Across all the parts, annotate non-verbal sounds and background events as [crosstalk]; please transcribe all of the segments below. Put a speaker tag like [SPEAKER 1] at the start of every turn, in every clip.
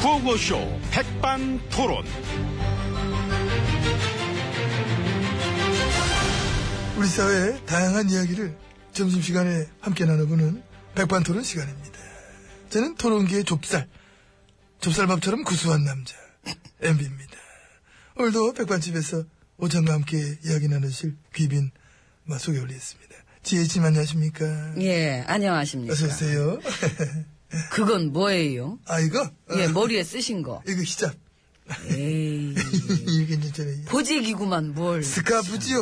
[SPEAKER 1] 구호쇼 백반토론.
[SPEAKER 2] 우리 사회의 다양한 이야기를 점심시간에 함께 나눠보는 백반토론 시간입니다. 저는 토론계의 좁쌀, 좁쌀밥처럼 구수한 남자, MB입니다. 오늘도 백반집에서 오찬과 함께 이야기 나누실 귀빈 마, 소개 올리겠습니다. 지혜님 안녕하십니까? 예,
[SPEAKER 3] 예, 안녕하십니까.
[SPEAKER 2] 어서오세요.
[SPEAKER 3] 그건 뭐예요?
[SPEAKER 2] 아, 이거? 어,
[SPEAKER 3] 예, 머리에 쓰신 거.
[SPEAKER 2] 이거 히잡. 예.
[SPEAKER 3] 에이.
[SPEAKER 2] [laughs] 이거 괜찮잖아요.
[SPEAKER 3] 보직이구만 뭘.
[SPEAKER 2] 스카프지요,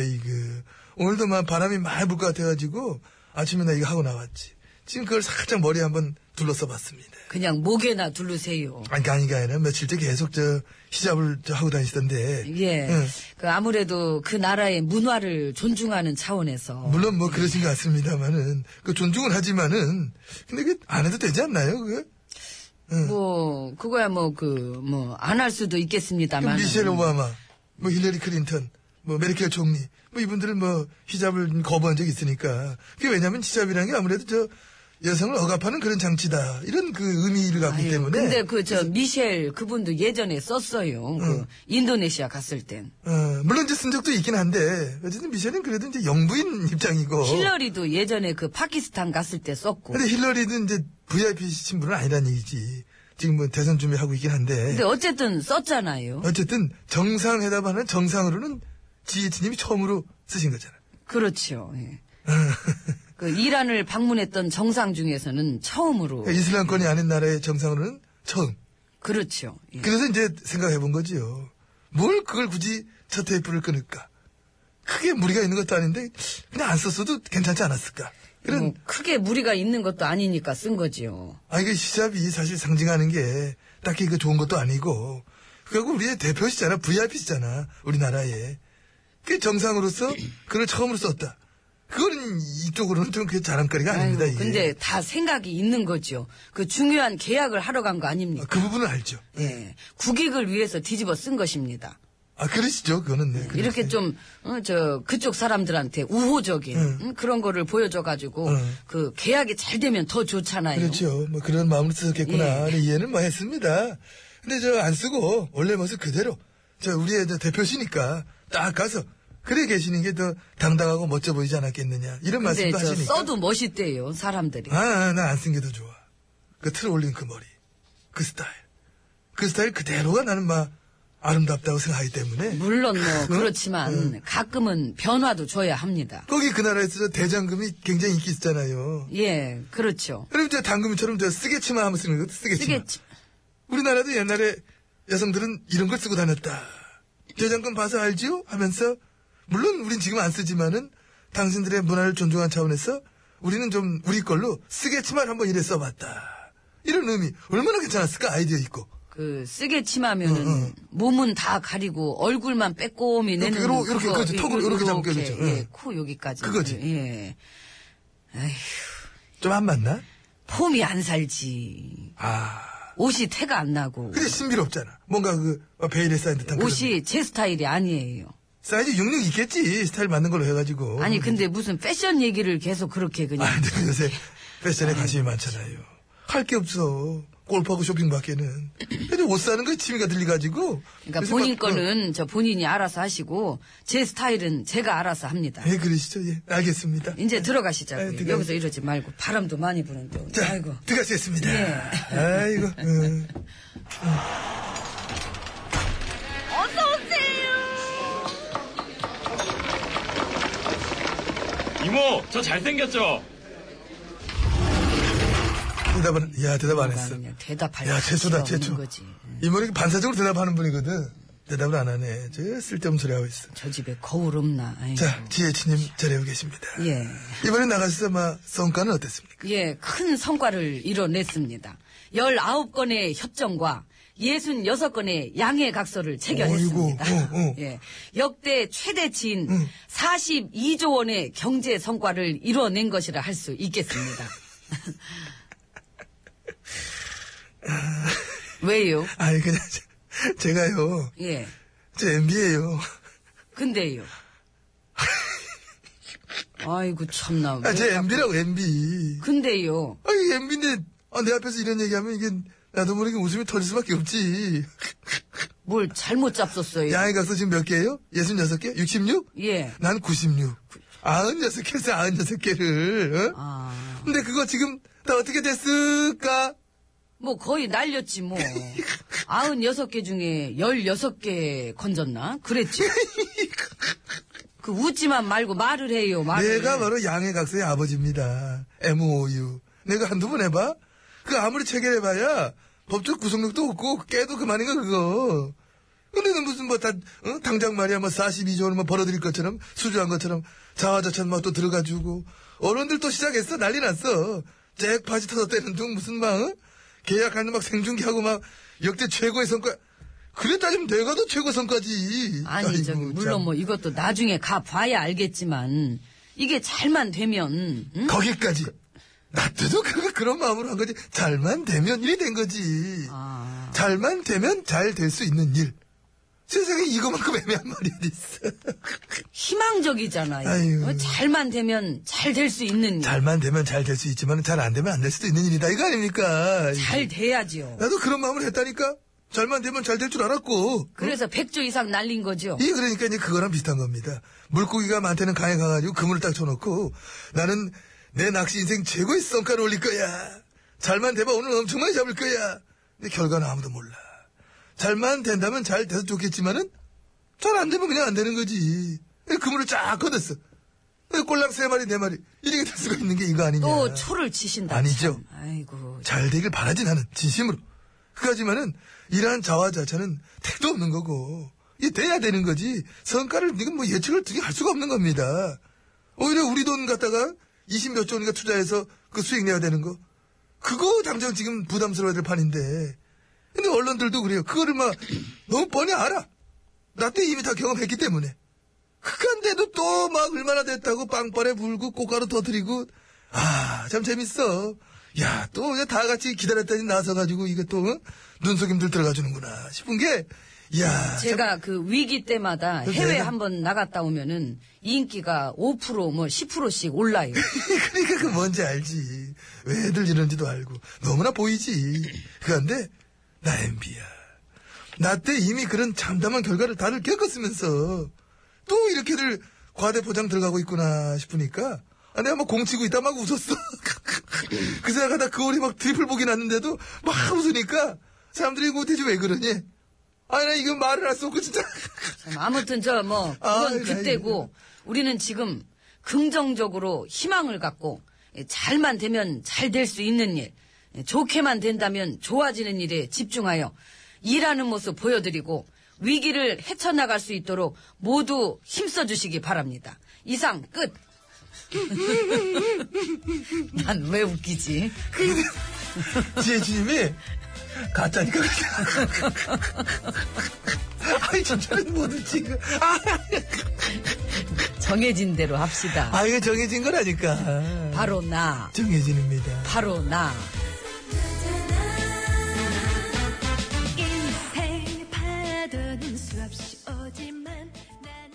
[SPEAKER 2] 이거. 오늘도 막 바람이 많이 불 것 같아가지고, 아침에 나 이거 하고 나왔지. 지금 그걸 살짝 머리 한번 둘러싸 봤습니다.
[SPEAKER 3] 그냥 목에나 두르세요.
[SPEAKER 2] 아니, 그게 아니가 아니라 며칠째 계속 저, 히잡을 저 하고 다니시던데.
[SPEAKER 3] 예.
[SPEAKER 2] 응.
[SPEAKER 3] 그 아무래도 그 나라의 문화를 존중하는 차원에서.
[SPEAKER 2] 물론 뭐 그러신 것 같습니다만은, 그 존중은 하지만은, 근데 그 안 해도 되지 않나요, 그거?
[SPEAKER 3] 뭐, 그거야 뭐 그, 뭐, 안 할 수도
[SPEAKER 2] 그
[SPEAKER 3] 있겠습니다만.
[SPEAKER 2] 미셸 오바마, 뭐 힐러리 클린턴, 뭐 메르켈 총리, 뭐 이분들은 뭐 히잡을 거부한 적이 있으니까. 그게 왜냐면 히잡이라는 게 아무래도 저 여성을 억압하는 그런 장치다. 이런 그 의미를 갖기
[SPEAKER 3] 아유,
[SPEAKER 2] 때문에.
[SPEAKER 3] 근데 그 저 미셸 그분도 예전에 썼어요.
[SPEAKER 2] 음.
[SPEAKER 3] 그 인도네시아 갔을 땐.
[SPEAKER 2] 어, 물론 이제 쓴 적도 있긴 한데, 어쨌든 미셸은 그래도 이제 영부인 입장이고.
[SPEAKER 3] 힐러리도 예전에 그 파키스탄 갔을 때 썼고.
[SPEAKER 2] 어. 근데 힐러리는 이제 VIP 신분은 아니란 얘기지. 지금 뭐 대선 준비하고 있긴 한데.
[SPEAKER 3] 근데 어쨌든 썼잖아요.
[SPEAKER 2] 어쨌든 정상회담하는 정상으로는 지혜진님이 처음으로 쓰신 거잖아.
[SPEAKER 3] 그렇죠. 예. [laughs] 그 이란을 방문했던 정상 중에서는 처음으로
[SPEAKER 2] 그러니까 이슬람권이 아닌 나라의 정상으로는 처음.
[SPEAKER 3] 그렇죠. 예.
[SPEAKER 2] 그래서 이제 생각해 본 거지요. 뭘 그걸 굳이 저 테이프를 끊을까? 크게 무리가 있는 것도 아닌데 그냥 안 썼어도 괜찮지 않았을까? 그런
[SPEAKER 3] 뭐 크게 무리가 있는 것도 아니니까 쓴 거지요.
[SPEAKER 2] 아 이게 시잡이 사실 상징하는 게 딱히 그 좋은 것도 아니고 그리고 우리의 대표시잖아 VIP시잖아 우리나라에 그 정상으로서 그걸 처음으로 썼다. 그건 이쪽으로는 좀 그게 자랑거리가 아닙니다.
[SPEAKER 3] 아이고,
[SPEAKER 2] 이게.
[SPEAKER 3] 근데 다 생각이 있는 거지요. 그 중요한 계약을 하러 간 거
[SPEAKER 2] 아,
[SPEAKER 3] 아닙니까?
[SPEAKER 2] 그 부분은 알죠.
[SPEAKER 3] 예. 국익을 위해서 뒤집어 쓴 것입니다.
[SPEAKER 2] 아 그러시죠 그거는 네.
[SPEAKER 3] 이렇게 좀, 어, 저, 그쪽 사람들한테 우호적인 음, 그런 거를 보여줘가지고,
[SPEAKER 2] 음.
[SPEAKER 3] 그 계약이 잘 되면 더 좋잖아요.
[SPEAKER 2] 그렇죠. 뭐 그런 마음으로 쓰셨겠구나.
[SPEAKER 3] 예.
[SPEAKER 2] 하는 이해는 뭐 했습니다. 근데 저 안 쓰고 원래 모습 그대로 저 우리의 저 대표시니까 딱 가서 그래 계시는 게 더 당당하고 멋져 보이지 않았겠느냐 이런
[SPEAKER 3] 근데
[SPEAKER 2] 말씀도
[SPEAKER 3] 저
[SPEAKER 2] 하시니까.
[SPEAKER 3] 써도 멋있대요, 사람들이.
[SPEAKER 2] 아, 나 안 쓴 게 더 좋아. 그 틀 올린 그 머리, 그 스타일, 그 스타일 그대로가 나는 막 아름답다고 생각하기 때문에
[SPEAKER 3] 물론
[SPEAKER 2] 음.
[SPEAKER 3] 뭐 그렇지만 가끔은 변화도 줘야 합니다.
[SPEAKER 2] 거기 그 나라에서 저 대장금이 굉장히 인기 있잖아요.
[SPEAKER 3] 예, 그렇죠.
[SPEAKER 2] 그럼 이제 당금처럼 저 쓰개치마 하면 쓰는 것도 쓰개치마.
[SPEAKER 3] 쓰게
[SPEAKER 2] 우리나라도 옛날에 여성들은 이런 걸 쓰고 다녔다. 대장금 봐서 알지요? 하면서 물론 우린 지금 안 쓰지만은 당신들의 문화를 존중한 차원에서 우리는 좀 우리 걸로 쓰겠지만 한번 이래 써봤다. 이런 의미 얼마나 괜찮았을까 아이디어 있고
[SPEAKER 3] 그 쓰게 침하면은 몸은 다 가리고 얼굴만 빼꼼히
[SPEAKER 2] 음, 이렇게,
[SPEAKER 3] 내는
[SPEAKER 2] 요렇게, 요렇게, 그렇지. 턱으로 요렇게 잡고
[SPEAKER 3] 요렇게,
[SPEAKER 2] 그러죠.
[SPEAKER 3] 예,
[SPEAKER 2] 응.
[SPEAKER 3] 코 여기까지.
[SPEAKER 2] 그거지.
[SPEAKER 3] 예.
[SPEAKER 2] 좀 안 맞나?
[SPEAKER 3] 폼이 안 살지.
[SPEAKER 2] 아
[SPEAKER 3] 옷이 태가 안 나고.
[SPEAKER 2] 근데 신비롭잖아. 뭔가 그 베일에 쌓인 듯한 그런
[SPEAKER 3] 옷이 제 스타일이 아니에요.
[SPEAKER 2] 사이즈 66 있겠지 스타일 맞는 걸로 해가지고
[SPEAKER 3] 아니 근데 무슨 패션 얘기를 계속 그렇게 그냥
[SPEAKER 2] 음. 아, 근데 요새 패션에 관심이 많잖아요. 할 게 없어. 골프하고 쇼핑밖에는. 근데 옷 사는 거에 취미가 들려가지고.
[SPEAKER 3] 그러니까
[SPEAKER 2] 그래서
[SPEAKER 3] 본인
[SPEAKER 2] 막, 어,
[SPEAKER 3] 거는 저 본인이 알아서 하시고 제 스타일은 제가 알아서 합니다.
[SPEAKER 2] 예, 그러시죠. 예, 알겠습니다.
[SPEAKER 3] 이제
[SPEAKER 2] 아이,
[SPEAKER 3] 들어가시자고요.
[SPEAKER 2] 들어가-
[SPEAKER 3] 여기서 이러지 말고 바람도 많이 부는데. 오늘.
[SPEAKER 2] 자,
[SPEAKER 3] 아이고.
[SPEAKER 2] 들어가시겠습니다.
[SPEAKER 3] 예.
[SPEAKER 2] 아이고. 음.
[SPEAKER 4] 이모, 저 잘생겼죠?
[SPEAKER 2] 대답은, 야, 대답 안 했어.
[SPEAKER 3] 그냥 대답할
[SPEAKER 2] 야, 최초다,
[SPEAKER 3] 가치가
[SPEAKER 2] 최초.
[SPEAKER 3] 없는 거지. 음.
[SPEAKER 2] 이모는 반사적으로 대답하는 분이거든. 대답을 안 하네. 저 쓸데없는 소리 하고 있어.
[SPEAKER 3] 저 집에 거울 없나. 아이고.
[SPEAKER 2] 자, 지혜치님 자리하고 계십니다.
[SPEAKER 3] 음. 예.
[SPEAKER 2] 이번에 나가셔서 막 성과는 어땠습니까?
[SPEAKER 3] 예, 큰 성과를 이뤄냈습니다. 19건의 협정과 66건의 양해 각서를 체결했습니다.
[SPEAKER 2] 어이구, 어, 어.
[SPEAKER 3] [laughs] 예, 역대 최대치인 42조 원의 경제 성과를 이뤄낸 것이라 할 수
[SPEAKER 2] [laughs]
[SPEAKER 3] 있겠습니다. [laughs] 왜요?
[SPEAKER 2] 아니, 그냥, [laughs] 제- 제가요.
[SPEAKER 3] 예.
[SPEAKER 2] 저 MB예요. [laughs]
[SPEAKER 3] 근데요. 아이고 참나.
[SPEAKER 2] 아,
[SPEAKER 3] 왜
[SPEAKER 2] 제 아,
[SPEAKER 3] 자꾸-
[SPEAKER 2] MB라고, MB.
[SPEAKER 3] 근데요.
[SPEAKER 2] 아니, MB인데, 내 앞에서 아, 이런 얘기하면 이게 나도 모르게 웃음이 터질 수밖에 없지.
[SPEAKER 3] 뭘 잘못 잡섰어요.
[SPEAKER 2] 양해 각서 지금 몇 개예요? 66개? 66?
[SPEAKER 3] 예.
[SPEAKER 2] 난 96. 96개에서 96개를. 어?
[SPEAKER 3] 아,
[SPEAKER 2] 근데 그거 지금 다 어떻게 됐을까?
[SPEAKER 3] 뭐 거의 날렸지 뭐. 아흔 여섯 개 중에 열 여섯 개 건졌나?
[SPEAKER 2] [laughs]
[SPEAKER 3] 그랬지? 그 웃지만 말고 말을 해요. 말을.
[SPEAKER 2] 내가 바로 양해 각서의 아버지입니다. MOU. 내가 한두 번 해봐? 그 아무리 체결해봐야 법적 구속력도 없고 깨도 그만인가 그거. 근데는 무슨 뭐 다, 어? 당장 말이야 뭐 42조를 뭐 벌어들일 것처럼 수주한 것처럼 자화자찬 뭐 막또 들어가주고 어른들 또 시작했어 난리 났어. 잭파지 터졌다는 둥 무슨 막 어? 계약하는 막 생중계하고 막 역대 최고의 성과 그래 따지면 내가 더 최고 성과지.
[SPEAKER 3] 아니,
[SPEAKER 2] 아이고,
[SPEAKER 3] 저기,
[SPEAKER 2] 참.
[SPEAKER 3] 물론 뭐 이것도 나중에 가봐야 알겠지만, 이게 잘만 되면, 응?
[SPEAKER 2] 거기까지. 나 때도 그, 그런 마음으로 한 거지. 잘만 되면 일이 된 거지.
[SPEAKER 3] 아.
[SPEAKER 2] 잘만 되면 잘 될 수 있는 일. 세상에 이거만큼 애매한 말이 어디 있어. [laughs]
[SPEAKER 3] 희망적이잖아요.
[SPEAKER 2] 아유.
[SPEAKER 3] 어, 잘만 되면 잘 될 수 있는, 일.
[SPEAKER 2] 잘만 되면 잘 될 수 있지만 잘 안 되면 안 될 수도 있는 일이다. 이거 아닙니까?
[SPEAKER 3] 잘 돼야지요.
[SPEAKER 2] 나도 그런 마음을 했다니까. 잘만 되면 잘 될 줄 알았고.
[SPEAKER 3] 그래서 100조 이상 날린 거죠.
[SPEAKER 2] 이 그러니까 이제 그거랑 비슷한 겁니다. 물고기가 많다는 강에 가가지고 그물을 딱 쳐놓고 나는 내 낚시 인생 최고의 성과를 올릴 거야. 잘만 돼봐 오늘 엄청 많이 잡을 거야. 근데 결과는 아무도 몰라. 잘만 된다면 잘 돼서 좋겠지만은 잘 안 되면 그냥 안 되는 거지. 그물을 쫙 걷었어. 꼴랑 세 마리 네 마리 이렇게 될 수가 있는 게 이거 아니냐.
[SPEAKER 3] 또 초를 치신다.
[SPEAKER 2] 아니죠.
[SPEAKER 3] 참. 아이고.
[SPEAKER 2] 잘 되길 바라진 않은 진심으로. 그까지만은 이러한 자화자찬은 택도 없는 거고 이게 돼야 되는 거지 성과를 이건 뭐 예측을 어떻게 할 수가 없는 겁니다. 오히려 우리 돈 갖다가 20몇 조 원인가 투자해서 그 수익 내야 되는 거 그거 당장 지금 부담스러워야 될 판인데 근데 언론들도 그래요. 그거를 막 너무 뻔히 알아. 나 때 이미 다 경험했기 때문에. 그간데도 또 막 얼마나 됐다고 빵빠레 불고 꽃가루 터뜨리고 아 참 재밌어 야 또 그냥 다 같이 기다렸더니 나서가지고 이게 또 어? 눈속임들 들어가주는구나 싶은 게야
[SPEAKER 3] 제가 그 위기 때마다
[SPEAKER 2] 그
[SPEAKER 3] 해외
[SPEAKER 2] 내가-
[SPEAKER 3] 한번 나갔다 오면은 인기가 5%뭐 10%씩
[SPEAKER 2] [laughs]
[SPEAKER 3] 올라요.
[SPEAKER 2] 그러니까 그 뭔지 알지 왜들 이러는지도 알고 너무나 보이지 그런데 나 MB야 나 때 이미 그런 참담한 결과를 다들 겪었으면서 또 이렇게들 과대포장 들어가고 있구나 싶으니까 아, 내가 막 공치고 있다 막 웃었어 [laughs] 그 생각하다 그 올이 막 트리플 보기 났는데도 막 웃으니까 사람들이 이거 대체 왜 그러니 아 나 이거 말을 할 수 없고 진짜 [laughs]
[SPEAKER 3] 참, 아무튼 저 뭐
[SPEAKER 2] 아이,
[SPEAKER 3] 그건 그때고 우리는 지금 긍정적으로 희망을 갖고 예, 잘만 되면 잘 될 수 있는 일, 예, 좋게만 된다면 좋아지는 일에 집중하여 일하는 모습 보여드리고 위기를 헤쳐나갈 수 있도록 모두 힘써 주시기 바랍니다. 이상 끝. [laughs] 난 왜 웃기지?
[SPEAKER 2] 지혜진님이 가짜니까 그렇게. 아이, 진짜는 못 웃지. 이거. 아,
[SPEAKER 3] 정해진 대로 합시다.
[SPEAKER 2] 아, 이거 정해진 거라니까.
[SPEAKER 3] 바로 나.
[SPEAKER 2] 정해진입니다.
[SPEAKER 3] 바로 나.
[SPEAKER 5] 인생 파도는 수없이 오지만 나는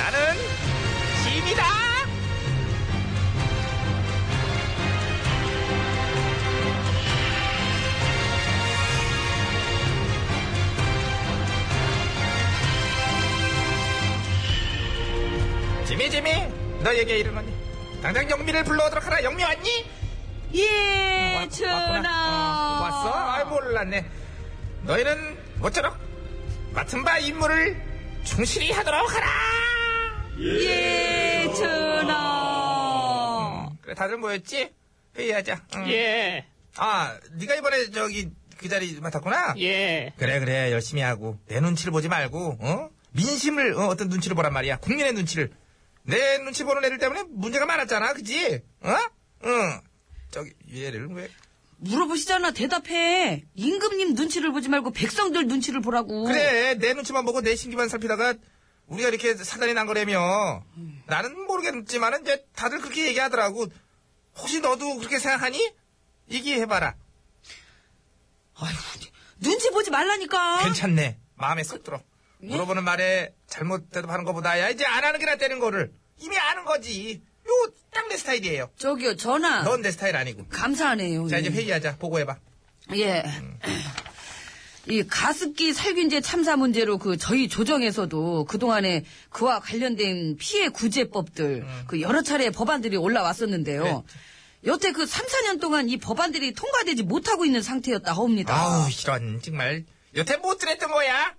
[SPEAKER 1] 나는 짐이다. 지미 너에게 이르노니 당장 영미를 불러오도록 하라 영미 왔니?
[SPEAKER 3] 예,
[SPEAKER 1] 왔-
[SPEAKER 3] 전하.
[SPEAKER 1] 어, 왔어? 아 몰랐네 너희는 모쪼록 맡은 바 임무를 충실히 하도록 하라
[SPEAKER 3] 예, 전하.
[SPEAKER 1] 그래 다들 모였지? 회의하자 응.
[SPEAKER 4] 예,
[SPEAKER 1] 아 네가 이번에 저기 그 자리 맡았구나?
[SPEAKER 4] 예.
[SPEAKER 1] 그래 그래 열심히 하고 내 눈치를 보지 말고 어? 민심을 어, 떤 눈치를 보란 말이야 국민의 눈치를 내 눈치 보는 애들 때문에 문제가 많았잖아 그지 어? 응 저기 얘를 왜
[SPEAKER 3] 물어보시잖아. 대답해. 임금님 눈치를 보지 말고 백성들 눈치를 보라고.
[SPEAKER 1] 그래 내 눈치만 보고 내 신기만 살피다가 우리가 이렇게 사단이 난 거라며 나는 모르겠지만은 이제 다들 그렇게 얘기하더라고 혹시 너도 그렇게 생각하니? 얘기해봐라
[SPEAKER 3] 아이고, 눈치 보지 말라니까.
[SPEAKER 1] 괜찮네 마음에
[SPEAKER 3] 그,
[SPEAKER 1] 쏙 들어
[SPEAKER 3] 예?
[SPEAKER 1] 물어보는 말에 잘못 대답하는 것보다야 이제 안 하는 게 낫다는 거를 이미 아는 거지 요 딱 내 스타일이에요
[SPEAKER 3] 저기요, 전하.
[SPEAKER 1] 넌 내 스타일 아니고
[SPEAKER 3] 감사하네요.
[SPEAKER 1] 자
[SPEAKER 3] 예.
[SPEAKER 1] 이제 회의하자 보고해봐
[SPEAKER 3] 예. 이 가습기 살균제 참사 문제로 그 저희 조정에서도 그동안에 그와 관련된 피해 구제법들
[SPEAKER 1] 음.
[SPEAKER 3] 그 여러 차례 법안들이 올라왔었는데요.
[SPEAKER 1] 그래.
[SPEAKER 3] 여태 그 3, 4년 동안 이 법안들이 통과되지 못하고 있는 상태였다 합니다.
[SPEAKER 1] 아우 이런 정말 여태 못 들었던 거야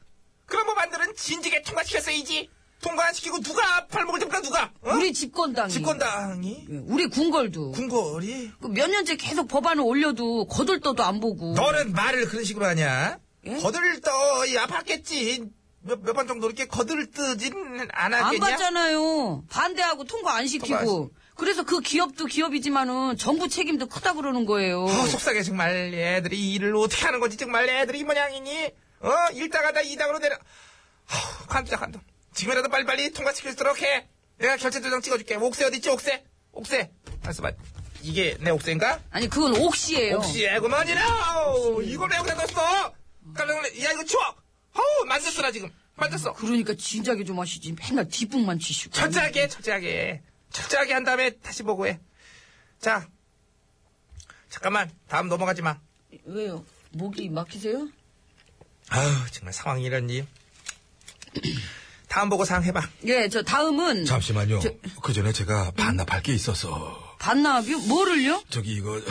[SPEAKER 1] 그런 법안들은 진지하게 통과시켰어야지 통과 안 시키고 누가 팔목을 잡까 누가 어?
[SPEAKER 3] 우리 집권당이
[SPEAKER 1] 집권당이
[SPEAKER 3] 예, 우리 군걸도
[SPEAKER 1] 군거리
[SPEAKER 3] 그몇 년째 계속 법안을 올려도 거들떠도 안 보고
[SPEAKER 1] 너는 말을 그런 식으로 하냐
[SPEAKER 3] 예?
[SPEAKER 1] 거들떠야 봤겠지 몇 번 정도 이렇게 거들뜨진
[SPEAKER 3] 안
[SPEAKER 1] 않았겠냐
[SPEAKER 3] 봤잖아요. 반대하고 통과 안 시키고
[SPEAKER 1] 통과 안
[SPEAKER 3] 그래서 그 기업도 기업이지만은 정부 책임도 크다 그러는 거예요.
[SPEAKER 1] 아, 속상해 정말 애들이 이 일을 어떻게 하는 거지 정말 애들이 이 모양이니 어 일당하다 이당으로 내려 아우 간두자 간두 지금이라도 빨리빨리 통과시키도록 해 내가 결제 도장 찍어줄게 옥새 어딨지 옥새 옥새 말씀봐 이게 내 옥새인가?
[SPEAKER 3] 아니 그건 옥시예요.
[SPEAKER 1] 옥새 그만이라 이걸 내 옥새 넣었어 깜짝 놀래 야 이거 추워 어우 만졌어라 지금 만졌어
[SPEAKER 3] 그러니까 진작에 좀 하시지. 맨날 뒷북만 치시고.
[SPEAKER 1] 철저하게 해, 철저하게 해. 철저하게 한 다음에 다시 보고해 자 잠깐만 다음 넘어가지 마
[SPEAKER 3] 왜요? 목이 막히세요?
[SPEAKER 1] 아유 정말 상황이 이러니 다음 보고 사항 해봐
[SPEAKER 3] 예, 저 다음은
[SPEAKER 2] 잠시만요. 그 전에 제가 반납할 게 있어서.
[SPEAKER 3] 반납이요? 뭐를요?
[SPEAKER 2] 저기 이거,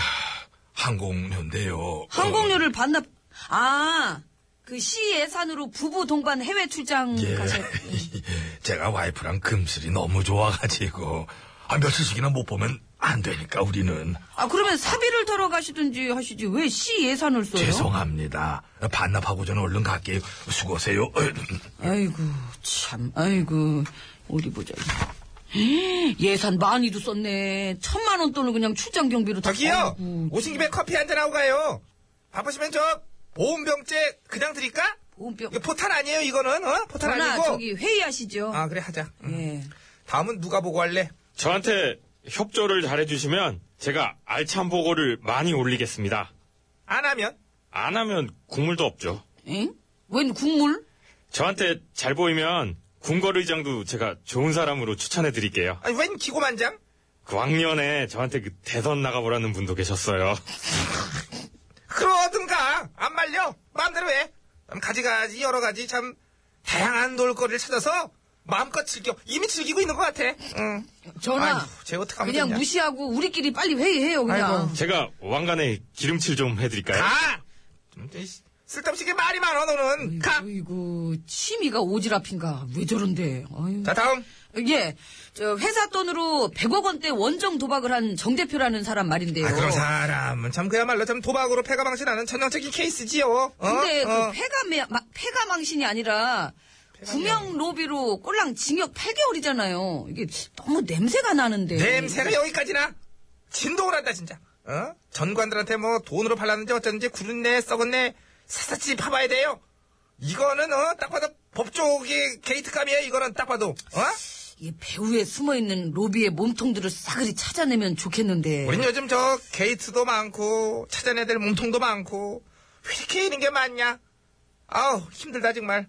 [SPEAKER 2] 항공료인데요.
[SPEAKER 3] 항공료를 반납. 아, 그 시 예산으로 부부 동반 해외 출장
[SPEAKER 2] 예.
[SPEAKER 3] 가서
[SPEAKER 2] [laughs] 제가 와이프랑 금슬이 너무 좋아가지고. 아, 며칠씩이나 못 보면 안 되니까, 우리는.
[SPEAKER 3] 아 그러면 사비를 털어 가시든지 하시지 왜 시 예산을 써요?
[SPEAKER 2] 죄송합니다. 반납하고 저는 얼른 갈게요. 수고하세요. 어,
[SPEAKER 3] 아이고 참, 아이고 어디 보자. 예산 많이도 썼네. 천만 원 돈을 그냥 출장 경비로 다.
[SPEAKER 1] 저기요
[SPEAKER 3] 아이고,
[SPEAKER 1] 오신 김에 커피 한 잔 하고 가요 바쁘시면 저 보온병째 그냥 드릴까?
[SPEAKER 3] 보온병.
[SPEAKER 1] 이거 포탄 아니에요 이거는 어? 포탄
[SPEAKER 3] 전화
[SPEAKER 1] 아니고
[SPEAKER 3] 저기 회의하시죠.
[SPEAKER 1] 아 그래 하자 음.
[SPEAKER 3] 예.
[SPEAKER 1] 다음은 누가 보고 할래?
[SPEAKER 4] 저한테 협조를 잘해주시면 제가 알찬 보고를 많이 올리겠습니다.
[SPEAKER 1] 안 하면
[SPEAKER 4] 안 하면 국물도 없죠.
[SPEAKER 3] 엥? 웬 국물?
[SPEAKER 4] 저한테 잘 보이면 궁궐 의장도 제가 좋은 사람으로 추천해 드릴게요.
[SPEAKER 1] 아니 웬 기고만장?
[SPEAKER 4] 그 왕년에 저한테 그 대선 나가보라는 분도 계셨어요.
[SPEAKER 1] 그러든가 안 말려 마음대로 해 그럼 가지가지 여러 가지 참 다양한 놀거리를 찾아서 마음껏 즐겨 이미 즐기고 있는 것 같아 음. 응.
[SPEAKER 3] 전화.
[SPEAKER 1] 아이고, 쟤 어떡하면
[SPEAKER 3] 그냥
[SPEAKER 1] 되냐.
[SPEAKER 3] 무시하고 우리끼리 빨리 회의해요 그냥.
[SPEAKER 1] 아이고.
[SPEAKER 4] 제가 왕관에 기름칠 좀 해드릴까요?
[SPEAKER 1] 가! 좀 이씨, 쓸데없이 이렇게 말이 많아 너는 가!
[SPEAKER 3] 아이고 취미가 오지랖인가 왜 저런데? 아유.
[SPEAKER 1] 자 다음
[SPEAKER 3] 예, 저 회사 돈으로 100억 원대 원정 도박을 한 정 대표라는 사람 말인데요.
[SPEAKER 1] 아, 그런 사람은 참 그야말로 참 도박으로 패가망신하는 전형적인 케이스지요. 어?
[SPEAKER 3] 근데
[SPEAKER 1] 어.
[SPEAKER 3] 그 폐가 매- 마- 폐가 망신이 아니라 구명 로비로 꼴랑 징역 8개월이잖아요. 이게 너무 냄새가 나는데.
[SPEAKER 1] 냄새가 여기까지나 진동을 한다 진짜. 어? 전관들한테 뭐 돈으로 팔랐는지 어쨌는지 구른네 썩었네 샅샅이 파봐야 돼요. 이거는 어? 딱 봐도 법조계 게이트감이에요. 이거는 딱 봐도. 어?
[SPEAKER 3] 이게 배후에 숨어 있는 로비의 몸통들을 싸그리 찾아내면 좋겠는데.
[SPEAKER 1] 우린 요즘 저 게이트도 많고 찾아내야 될 몸통도 많고 왜 이렇게 이런 게 많냐? 아우 힘들다 정말.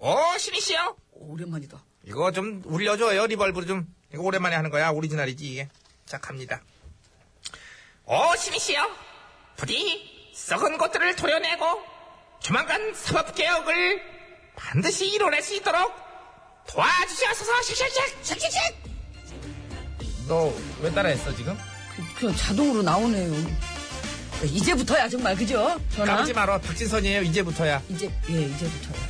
[SPEAKER 1] 어 신이시여.
[SPEAKER 3] 오랜만이다.
[SPEAKER 1] 이거 좀 울려줘요 리벌브로 좀 이거 오랜만에 하는 거야 오리지널이지 이게 자 갑니다 오 신이시여 부디 썩은 것들을 도려내고 조만간 사법개혁을 반드시 이뤄낼 수 있도록 도와주시옵소서 쉑쉑쉑
[SPEAKER 3] 쉑쉑쉑!
[SPEAKER 1] 너 왜 따라했어 지금?
[SPEAKER 3] 그냥 자동으로 나오네요. 이제부터야 정말 그죠? 전화.
[SPEAKER 1] 까불지 말어 박진선이에요 이제부터야
[SPEAKER 3] 이제 예 이제부터요.